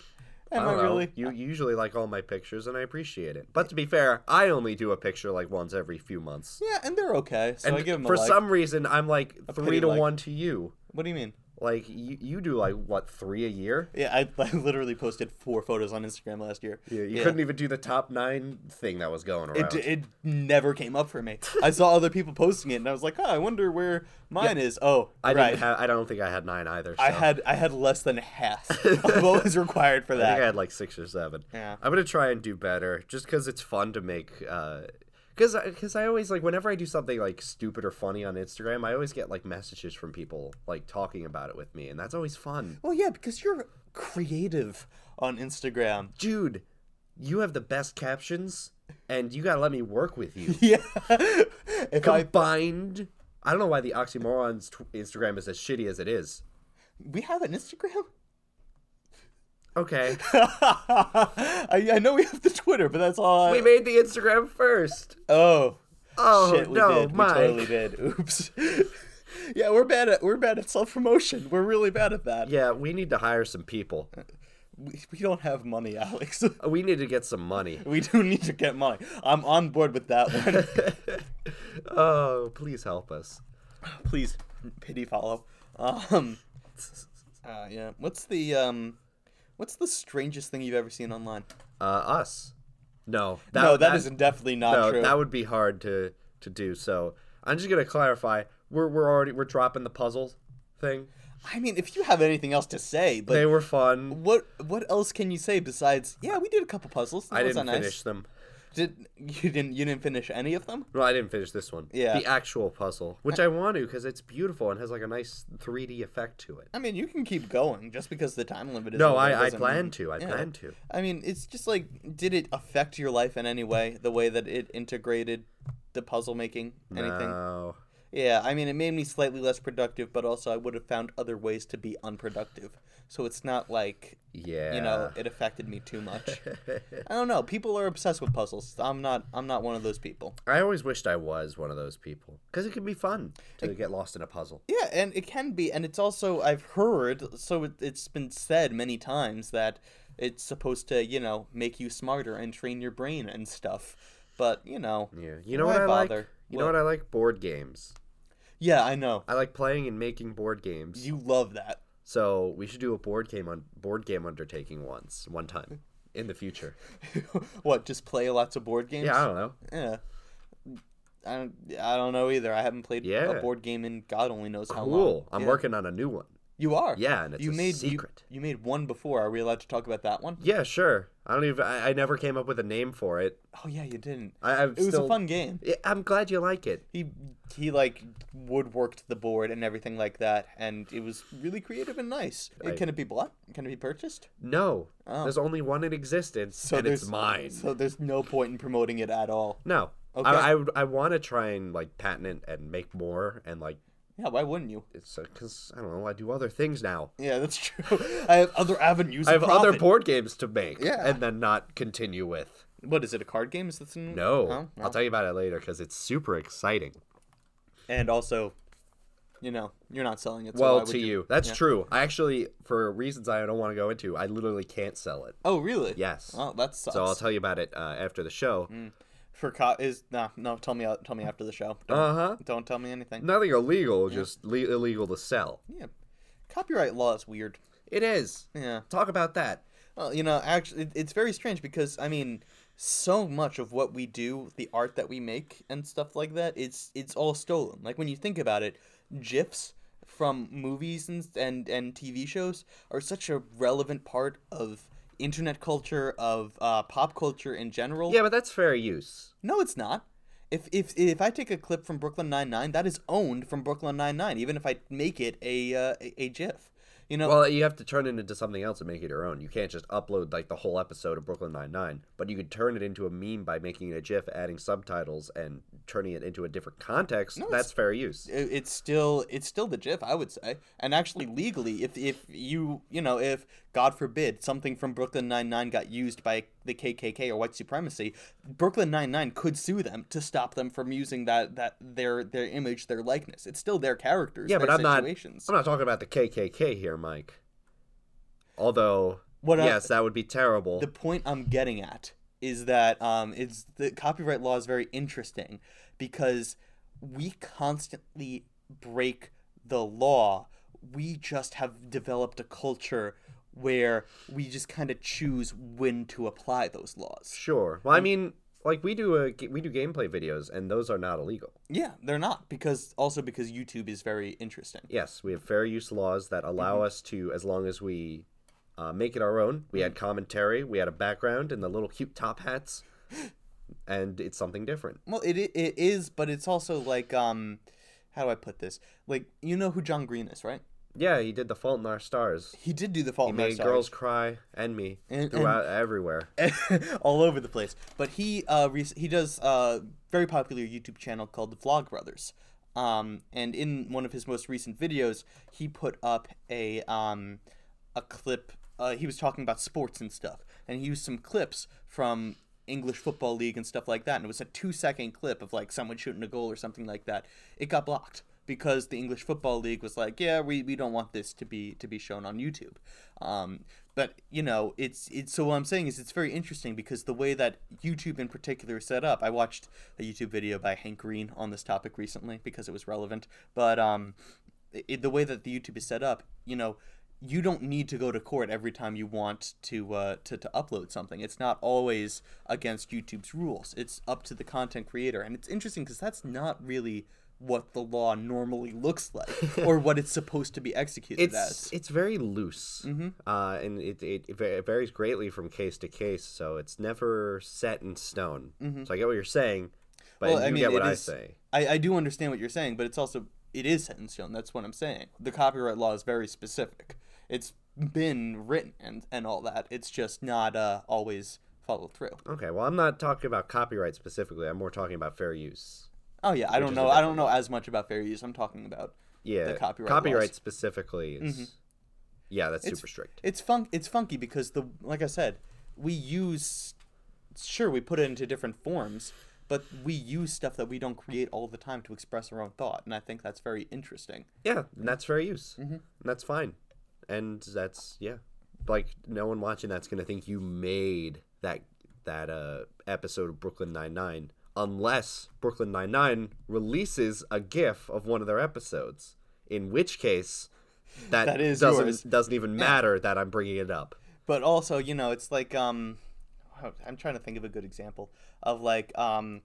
Speaker 1: am
Speaker 2: I
Speaker 1: I,
Speaker 2: don't know.
Speaker 1: really?
Speaker 2: You you usually like all my pictures, and I appreciate it. But to be fair, I only do a picture like once every few months.
Speaker 1: Yeah, and they're okay. So
Speaker 2: And
Speaker 1: I give them a
Speaker 2: for
Speaker 1: like.
Speaker 2: some reason, I'm like three
Speaker 1: pity
Speaker 2: to
Speaker 1: like.
Speaker 2: one to you.
Speaker 1: What do you mean?
Speaker 2: Like you, you do like what three a year?
Speaker 1: Yeah, I, I literally posted four photos on Instagram last year.
Speaker 2: Yeah, you couldn't even do the top nine thing that was going
Speaker 1: It,
Speaker 2: around.
Speaker 1: it never came up for me. I saw other people posting it, and I was like, "Oh, I wonder where mine is." Oh,
Speaker 2: I
Speaker 1: right.
Speaker 2: didn't have. I don't think I had nine either. So.
Speaker 1: I had I had less than half of what was required for
Speaker 2: I think I
Speaker 1: that.
Speaker 2: had like six or seven.
Speaker 1: Yeah.
Speaker 2: I'm gonna try and do better, just because it's fun to make. uh 'cause Cause, I- cause I always like whenever I do something like stupid or funny on Instagram, I always get like messages from people like talking about it with me, and that's always fun.
Speaker 1: Well, yeah, because you're creative on Instagram.
Speaker 2: Dude, you have the best captions, and you gotta let me work with you.
Speaker 1: Yeah. if I
Speaker 2: Combined, I don't know why the oxymorons t- Instagram is as shitty as it is.
Speaker 1: we have an Instagram.
Speaker 2: Okay,
Speaker 1: I, I know we have the Twitter, but that's all. I...
Speaker 2: we made the Instagram first.
Speaker 1: oh.
Speaker 2: Oh
Speaker 1: Shit, we
Speaker 2: no,
Speaker 1: did. We totally
Speaker 2: Mike.
Speaker 1: did. Oops. yeah, we're bad at we're bad at self promotion. We're really bad at that.
Speaker 2: Yeah, we need to hire some people.
Speaker 1: We, we don't have money, Alex.
Speaker 2: We need to get some money.
Speaker 1: we do need to get money. I'm on board with that one.
Speaker 2: Oh, please help us.
Speaker 1: please pity follow. Um, uh, yeah. What's the um? What's the strangest thing you've ever seen online?
Speaker 2: Uh, us. No. That,
Speaker 1: no, that is definitely not
Speaker 2: no,
Speaker 1: true.
Speaker 2: that would be hard to to do. So I'm just gonna clarify. We're we're already we're dropping the puzzle thing.
Speaker 1: I mean, if you have anything else to say, but
Speaker 2: They were fun.
Speaker 1: what what else can you say besides? Yeah, we did a couple puzzles. That
Speaker 2: I
Speaker 1: was
Speaker 2: didn't
Speaker 1: nice.
Speaker 2: finish them.
Speaker 1: Did you didn't you didn't finish any of them?
Speaker 2: Well, I didn't finish this one.
Speaker 1: Yeah.
Speaker 2: The actual puzzle, which I want to because it's beautiful and has like a nice 3D effect to it.
Speaker 1: I mean, you can keep going just because the time limit is.
Speaker 2: No,
Speaker 1: over
Speaker 2: I, I
Speaker 1: doesn't mean-
Speaker 2: plan to. I
Speaker 1: Yeah.
Speaker 2: plan to.
Speaker 1: I mean, it's just like, did it affect your life in any way? The way that it integrated the puzzle making, anything?
Speaker 2: No.
Speaker 1: Yeah, I mean, it made me slightly less productive, but also I would have found other ways to be unproductive. So it's not like,
Speaker 2: Yeah.
Speaker 1: you know, it affected me too much. I don't know. People are obsessed with puzzles. I'm not. I'm not one of those people.
Speaker 2: I always wished I was one of those people because it can be fun to get lost in a puzzle.
Speaker 1: Yeah, and it can be, and it's also I've heard, so it, it's been said many times that it's supposed to, you know, make you smarter and train your brain and stuff. But you know,
Speaker 2: Yeah. You know
Speaker 1: Why
Speaker 2: what I like?
Speaker 1: bother?
Speaker 2: You know
Speaker 1: What?
Speaker 2: what I like? Board games.
Speaker 1: yeah, I know
Speaker 2: I like playing and making board games.
Speaker 1: you love that.
Speaker 2: So we should do a board game on board game undertaking once, one time in the future.
Speaker 1: what? Just play lots of board games?
Speaker 2: Yeah, I don't know.
Speaker 1: Yeah. I don't, I don't know either. I haven't played
Speaker 2: Yeah.
Speaker 1: a board game in God only knows how long.
Speaker 2: Cool. I'm
Speaker 1: Yeah.
Speaker 2: working on a new one.
Speaker 1: You are.
Speaker 2: Yeah, and it's
Speaker 1: you
Speaker 2: a
Speaker 1: made you-
Speaker 2: secret.
Speaker 1: You, made one before. Are we allowed to talk about that one?
Speaker 2: Yeah, sure. I don't even. I, I never came up with a name for it.
Speaker 1: Oh yeah, you didn't.
Speaker 2: I, I've
Speaker 1: it was
Speaker 2: still,
Speaker 1: a fun game.
Speaker 2: Yeah, I'm glad you like it.
Speaker 1: He he like woodworked the board and everything like that, and it was really creative and nice.
Speaker 2: I-
Speaker 1: Can it be bought? Can it be purchased?
Speaker 2: No,
Speaker 1: Oh.
Speaker 2: there's only one in existence, and it's
Speaker 1: there's-
Speaker 2: mine.
Speaker 1: So there's no point in promoting it at all.
Speaker 2: No,
Speaker 1: Okay.
Speaker 2: I I, would- I want to try and like patent it and make more and like
Speaker 1: Yeah, why wouldn't you?
Speaker 2: it's because I don't know. I do other things now.
Speaker 1: Yeah, that's true. I have other avenues.
Speaker 2: I
Speaker 1: of
Speaker 2: have other
Speaker 1: profit.
Speaker 2: board games to make,
Speaker 1: Yeah.
Speaker 2: and then not continue with.
Speaker 1: What is it? A card game? Is this in...
Speaker 2: No,
Speaker 1: Oh, well.
Speaker 2: I'll tell you about it later because it's super exciting.
Speaker 1: and also, you know, you're not selling it. So why
Speaker 2: well,
Speaker 1: would
Speaker 2: to
Speaker 1: you...
Speaker 2: you, that's true. I actually, for reasons I don't want to go into, I literally can't sell it.
Speaker 1: Oh, really?
Speaker 2: Yes.
Speaker 1: Oh, that sucks.
Speaker 2: So I'll tell you about it uh, after the show.
Speaker 1: For co- is nah, no. Tell me. Tell me after the show. Don't,
Speaker 2: Uh huh.
Speaker 1: don't tell me anything.
Speaker 2: Nothing illegal, just le- illegal to sell.
Speaker 1: Yeah. Copyright law is weird.
Speaker 2: It is.
Speaker 1: Yeah.
Speaker 2: Talk about that.
Speaker 1: Well, you know, actually, it- it's very strange because I mean, so much of what we do, the art that we make and stuff like that, it's it's all stolen. Like when you think about it, gifs from movies and and and TV shows are such a relevant part of internet culture of uh, pop culture in general.
Speaker 2: Yeah, but that's fair use.
Speaker 1: No, it's not. If if if I take a clip from Brooklyn Nine Nine, that is owned from Brooklyn Nine Nine, even if I make it a uh, a, a gif. You know,
Speaker 2: Well, you have to turn it into something else and make it your own. You can't just upload like the whole episode of Brooklyn Nine Nine, but you could turn it into a meme by making it a GIF, adding subtitles, and turning it into a different context. that's fair use.
Speaker 1: it- it's still it's still the GIF, I would say. And actually, legally, if if you you know if God forbid something from Brooklyn Nine Nine got used by the KKK or white supremacy, Brooklyn Nine Nine could sue them to stop them from using that that their their image, their likeness. It's still their characters.
Speaker 2: Yeah,
Speaker 1: their
Speaker 2: but I'm not.
Speaker 1: situations.
Speaker 2: I'm not talking about the KKK here, Mike. Although,
Speaker 1: What I-
Speaker 2: yes, that would be terrible.
Speaker 1: the point I'm getting at is that um, it's the copyright law is very interesting because we constantly break the law. We just have developed a culture where we just kind of choose when to apply those laws.
Speaker 2: Sure. Well, I mean, like we do a g- we do gameplay videos, and those are not illegal.
Speaker 1: Yeah, they're not because also because YouTube is very interesting.
Speaker 2: Yes, we have fair use laws that allow
Speaker 1: Mm-hmm.
Speaker 2: us to, as long as we uh, make it our own. We had commentary, we had a background, and the little cute top hats, and it's something different.
Speaker 1: Well, it i- it is, but it's also like um, how do I put this? Like you know who John Green is, right?
Speaker 2: Yeah, he did the Fault in Our Stars.
Speaker 1: He did do the Fault in Our
Speaker 2: Made
Speaker 1: Stars.
Speaker 2: girls cry and me
Speaker 1: And- and-
Speaker 2: throughout everywhere.
Speaker 1: all over the place. But he uh, rec- he does a very popular YouTube channel called the Vlogbrothers. Um, and in one of his most recent videos, he put up a um, a clip. Uh, he was talking about sports and stuff, and he used some clips from English Football League and stuff like that. And it was a two second clip of like someone shooting a goal or something like that. It got blocked because the English Football League was like, yeah, we, we don't want this to be to be shown on YouTube. Um, but you know, it's it's so what I'm saying is it's very interesting because the way that YouTube in particular is set up. I watched a YouTube video by Hank Green on this topic recently because it was relevant. But um, i the way that the YouTube is set up, you know, you don't need to go to court every time you want to uh, to to upload something. It's not always against YouTube's rules. It's up to the content creator, and it's interesting because that's not really what the law normally looks like or what it's supposed to be executed
Speaker 2: it's
Speaker 1: as.
Speaker 2: it's very loose,
Speaker 1: Mm-hmm.
Speaker 2: uh, and it, it it va- it varies greatly from case to case, so it's never set in stone. So I get what you're saying, but
Speaker 1: Mm-hmm. Well,
Speaker 2: you
Speaker 1: I mean,
Speaker 2: get what
Speaker 1: it
Speaker 2: I
Speaker 1: is-
Speaker 2: say.
Speaker 1: I, I do understand what you're saying, but it's also it is set in stone. That's what I'm saying. The copyright law is very specific. It's been written and and all that. It's just not uh, always followed through.
Speaker 2: Okay, well, I'm not talking about copyright specifically. I'm more talking about fair use.
Speaker 1: Oh yeah, I don't know. I don't know as much about fair use. I'm talking about
Speaker 2: Yeah,
Speaker 1: copyright laws. Mm-hmm.
Speaker 2: specifically is. Yeah, that's super strict.
Speaker 1: it's fun. It's funky because the like I said, we use sure we put it into different forms, but we use stuff that we don't create all the time to express our own thought, and I think that's very interesting.
Speaker 2: Yeah, and that's fair use.
Speaker 1: Mm-hmm.
Speaker 2: And that's fine, and that's yeah. Like no one watching that's gonna think you made that that uh episode of Brooklyn Nine Nine unless Brooklyn Nine Nine releases a GIF of one of their episodes, in which case that,
Speaker 1: That is
Speaker 2: doesn't
Speaker 1: yours.
Speaker 2: doesn't even matter that I'm bringing it up.
Speaker 1: But also, you know, it's like um, I'm trying to think of a good example of like um,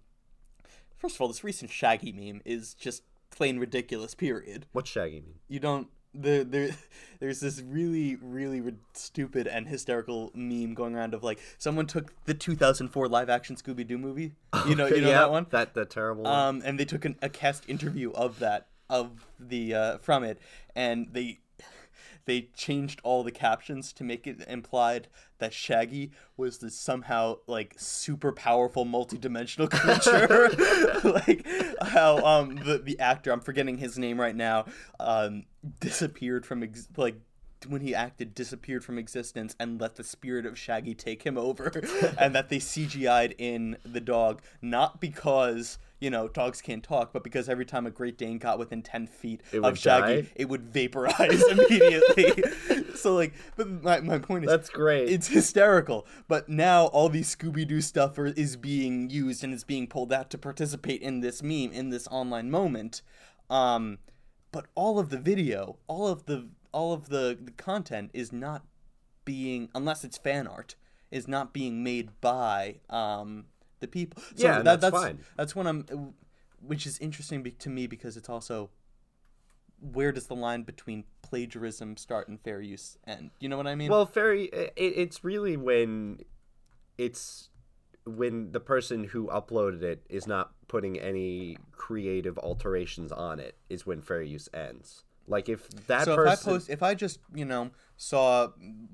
Speaker 1: first of all, this recent Shaggy meme is just plain ridiculous. Period.
Speaker 2: What's Shaggy mean?
Speaker 1: you don't the there there's this really really rid- stupid and hysterical meme going around of like someone took the 2004 live action Scooby Doo movie you know you know
Speaker 2: Yeah,
Speaker 1: that one
Speaker 2: That the terrible one.
Speaker 1: um and they took an, a cast interview of that of the uh, from it and they they changed all the captions to make it implied that Shaggy was this somehow like super powerful multi-dimensional creature like how um the, the actor I'm forgetting his name right now um disappeared from ex- like when he acted disappeared from existence and let the spirit of Shaggy take him over and that they CGI'd in the dog not because you know dogs can't talk but because every time a Great Dane got within 10 feet
Speaker 2: would
Speaker 1: of Shaggy
Speaker 2: die?
Speaker 1: it would vaporize immediately so like but my, my point is
Speaker 2: That's great.
Speaker 1: it's hysterical. But now all these Scooby Doo stuff are, is being used and is being pulled out to participate in this meme in this online moment. Um, but all of the video, all of the all of the, the content is not being unless it's fan art is not being made by um, the people. So
Speaker 2: Yeah, and that's fine.
Speaker 1: That's when I'm, which is interesting be- to me because it's also where does the line between plagiarism start and fair use end? You know what I mean?
Speaker 2: Well, fairy, it, it's really when it's when the person who uploaded it is not putting any creative alterations on it is when fair use ends. Like if that
Speaker 1: So if I
Speaker 2: person,
Speaker 1: post, if I just you know saw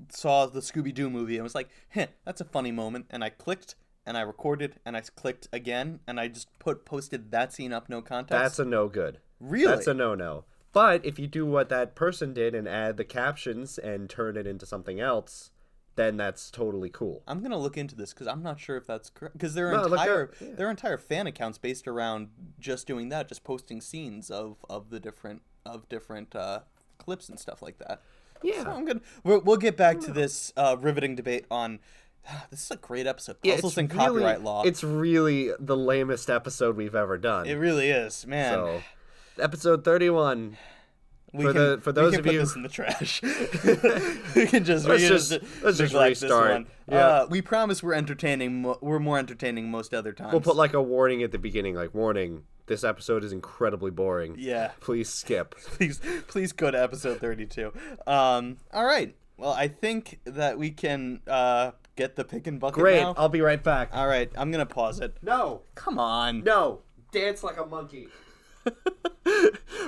Speaker 1: saw the Scooby Doo movie and was like, "Heh, that's a funny moment," and I clicked and I recorded and I clicked again and I just put posted that scene up, no context.
Speaker 2: that's a no good.
Speaker 1: Really?
Speaker 2: that's a no no. But if you do what that person did and add the captions and turn it into something else, then that's totally cool.
Speaker 1: I'm gonna look into this because I'm not sure if that's correct. Because there are
Speaker 2: No, look
Speaker 1: entire
Speaker 2: up- yeah.
Speaker 1: there are entire fan accounts based around just doing that, just posting scenes of of the different of different uh, clips and stuff like that.
Speaker 2: Yeah.
Speaker 1: so I'm gonna we'll, we'll get back to this uh, riveting debate on. This is a great episode. Puzzles and copyright
Speaker 2: really,
Speaker 1: law.
Speaker 2: It's really the lamest episode we've ever done.
Speaker 1: It really is, man.
Speaker 2: so, episode thirty-one.
Speaker 1: we
Speaker 2: for
Speaker 1: can,
Speaker 2: the- for those
Speaker 1: we can
Speaker 2: of
Speaker 1: put
Speaker 2: you-
Speaker 1: this in the trash. we can just
Speaker 2: Let's
Speaker 1: we can
Speaker 2: just- let's just
Speaker 1: neglect this
Speaker 2: restart.
Speaker 1: one.
Speaker 2: Yeah.
Speaker 1: Uh, we promise we're entertaining. mo- We're more entertaining most other times.
Speaker 2: We'll put like a warning at the beginning, like warning. This episode is incredibly boring.
Speaker 1: Yeah.
Speaker 2: Please skip.
Speaker 1: please, please go to episode thirty-two. Um, all right. Well, I think that we can uh, get the pick and bucket
Speaker 2: Great.
Speaker 1: now. Uh,
Speaker 2: I'll be right back.
Speaker 1: All right, I'm gonna pause it.
Speaker 2: no.
Speaker 1: Come on.
Speaker 2: No. Dance like a monkey.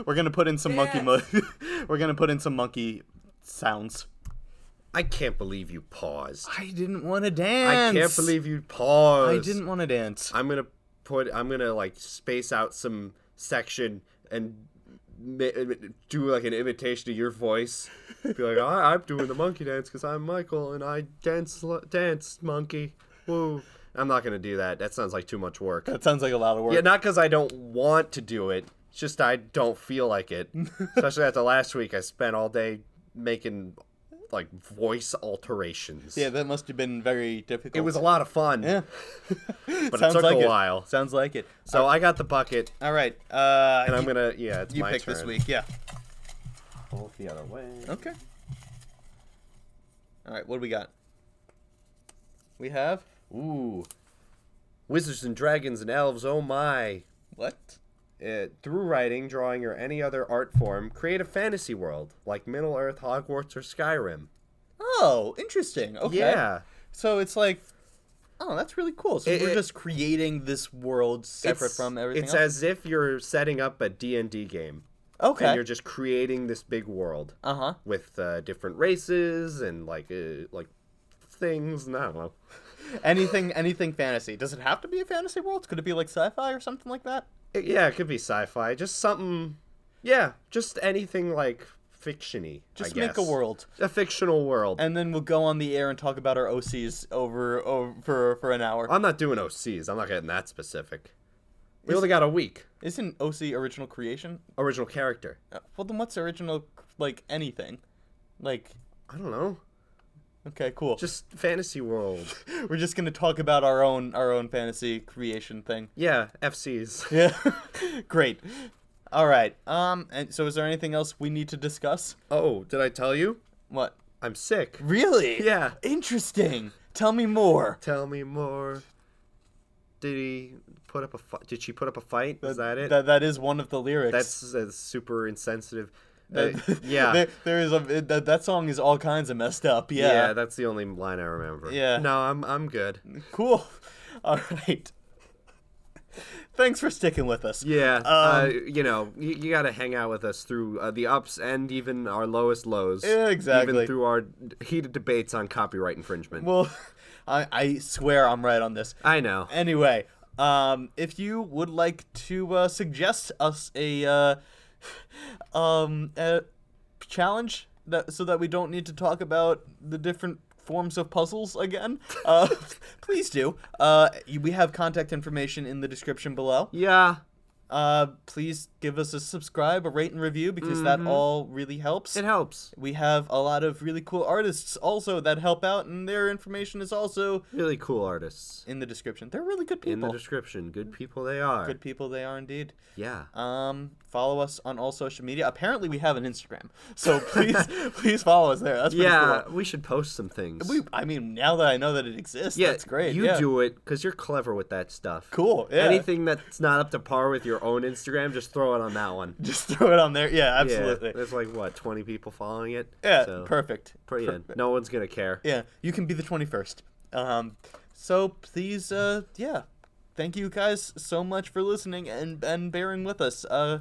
Speaker 1: we're gonna put in some monkey. Mo- we're gonna put in some monkey sounds.
Speaker 2: I can't believe you paused.
Speaker 1: I didn't want to
Speaker 2: I
Speaker 1: dance.
Speaker 2: can't believe you paused.
Speaker 1: I didn't want to dance.
Speaker 2: I'm gonna put. I'm gonna like space out some section and ma- uh, do like an imitation of your voice. Be like, I, I'm doing the monkey dance because I'm Michael and I dance lo- dance monkey. Woo! I'm not gonna do that. That sounds like too much work.
Speaker 1: That sounds like a lot of work.
Speaker 2: Yeah, not because I don't want to do it. It's just I don't feel like it. Especially after last week, I spent all day making like voice alterations.
Speaker 1: Yeah, that must have been very difficult.
Speaker 2: it was a lot of fun.
Speaker 1: Yeah.
Speaker 2: but it
Speaker 1: Sounds
Speaker 2: took
Speaker 1: like
Speaker 2: a
Speaker 1: it.
Speaker 2: while.
Speaker 1: Sounds like it.
Speaker 2: So I got the bucket,
Speaker 1: All right. Uh,
Speaker 2: and I'm
Speaker 1: you,
Speaker 2: gonna yeah, it's
Speaker 1: you
Speaker 2: my
Speaker 1: pick
Speaker 2: turn.
Speaker 1: this week. Yeah.
Speaker 2: Both the other way.
Speaker 1: Okay. All right, what do we got? We have
Speaker 2: Ooh. Wizards and Dragons and Elves, oh my.
Speaker 1: what?
Speaker 2: Uh, through writing, drawing, or any other art form, create a fantasy world like Middle Earth, Hogwarts, or Skyrim.
Speaker 1: Oh, interesting. Okay.
Speaker 2: Yeah.
Speaker 1: So it's like, oh, that's really cool. So
Speaker 2: It-
Speaker 1: we're
Speaker 2: it-
Speaker 1: just creating this world separate
Speaker 2: It's-
Speaker 1: from everything.
Speaker 2: It's
Speaker 1: else?
Speaker 2: as if you're setting up a D&D game.
Speaker 1: okay.
Speaker 2: And you're just creating this big world
Speaker 1: Uh huh.
Speaker 2: with uh, different races and like uh, like things. And I don't know.
Speaker 1: Anything, anything fantasy. Does it have to be a fantasy world? Could it be like sci-fi or something like that?
Speaker 2: It- yeah, it could be sci-fi. Just something. Yeah, just anything like fictiony. I
Speaker 1: Just make a
Speaker 2: guess.
Speaker 1: world,
Speaker 2: A fictional world.
Speaker 1: and then we'll go on the air and talk about our OCs over, over for for an hour.
Speaker 2: I'm not doing OCs. I'm not getting that specific. We only got a week.
Speaker 1: Isn't OC original creation?
Speaker 2: Original character.
Speaker 1: Uh, Well, then what's original? Like anything? Like
Speaker 2: I don't know.
Speaker 1: okay, cool.
Speaker 2: Just fantasy world.
Speaker 1: We're just gonna talk about our own our own fantasy creation thing.
Speaker 2: Yeah, FCs.
Speaker 1: Yeah. Great. All right. Um. And so, is there anything else we need to discuss?
Speaker 2: Oh, did I tell you?
Speaker 1: What?
Speaker 2: I'm sick.
Speaker 1: Really?
Speaker 2: Yeah.
Speaker 1: Interesting. Tell me more.
Speaker 2: Tell me more. Did he put up a fight? Did she put up a fight? Is that it?
Speaker 1: That that is one of the lyrics.
Speaker 2: that's, that's super insensitive. Uh,
Speaker 1: That-
Speaker 2: yeah.
Speaker 1: there, there is a that, that song is all kinds of messed up.
Speaker 2: yeah.
Speaker 1: Yeah.
Speaker 2: that's the only line I remember.
Speaker 1: Yeah.
Speaker 2: No, I'm I'm good.
Speaker 1: Cool. All right. Thanks for sticking with us.
Speaker 2: Yeah. uh,
Speaker 1: Um,
Speaker 2: you know, you, you got to hang out with us through uh, the ups and even our lowest lows.
Speaker 1: Yeah, exactly.
Speaker 2: Even through our heated debates on copyright infringement.
Speaker 1: Well, I I swear I'm right on this.
Speaker 2: I know.
Speaker 1: Anyway, um, if you would like to uh, suggest us a uh, um, a challenge that so that we don't need to talk about the different forms of puzzles again, uh, please do. Uh, you- we have contact information in the description below.
Speaker 2: Yeah.
Speaker 1: Uh, please give us a subscribe, a rate, and review because
Speaker 2: Mm-hmm.
Speaker 1: that all really helps.
Speaker 2: It helps.
Speaker 1: we have a lot of really cool artists also that help out, and their information is also
Speaker 2: Really cool artists.
Speaker 1: in the description. They're really good people
Speaker 2: In the description, good people they are.
Speaker 1: good people they are indeed.
Speaker 2: Yeah.
Speaker 1: Um, follow us on all social media. Apparently, we have an Instagram, so please, please follow us there. That's pretty
Speaker 2: yeah,
Speaker 1: cool.
Speaker 2: we should post some things.
Speaker 1: We, I mean, now that I know that it exists,
Speaker 2: yeah,
Speaker 1: that's great.
Speaker 2: You
Speaker 1: yeah.
Speaker 2: do it because you're clever with that stuff.
Speaker 1: cool. Yeah.
Speaker 2: Anything that's not up to par with your own Instagram, just throw it on that one.
Speaker 1: Just throw it on there. Yeah,
Speaker 2: Yeah,
Speaker 1: absolutely. Yeah,
Speaker 2: there's like what, 20 people following it. so,
Speaker 1: perfect.
Speaker 2: pretty
Speaker 1: Per-
Speaker 2: good. No one's gonna care.
Speaker 1: Yeah, you can be the twenty first. Um, so please, uh, yeah, thank you guys so much for listening and and bearing with us. Uh,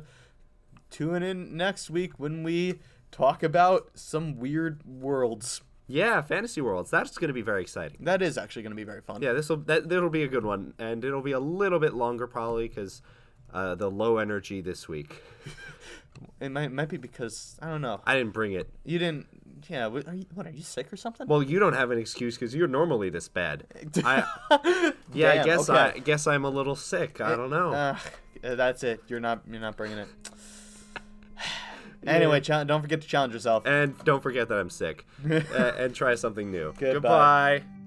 Speaker 1: tune in next week when we talk about some weird worlds.
Speaker 2: Yeah, fantasy worlds. That's gonna be very exciting.
Speaker 1: That is actually going to be very fun.
Speaker 2: Yeah, this will that that'll be a good one, and it'll be a little bit longer probably because uh, the low energy this week.
Speaker 1: It might might be because I don't know.
Speaker 2: I didn't bring it.
Speaker 1: You didn't. Yeah. wh- Are you, what are you sick or something?
Speaker 2: Well, you don't have an excuse because you're normally this bad. I, yeah, I
Speaker 1: Damn,
Speaker 2: guess I
Speaker 1: okay.
Speaker 2: guess I'm a little sick. I don't know.
Speaker 1: Ugh, uh, that's it. You're not. You're not bringing it. anyway, chal- don't forget to challenge yourself.
Speaker 2: and don't forget that I'm sick. uh, and try something new.
Speaker 1: Goodbye.
Speaker 2: Goodbye.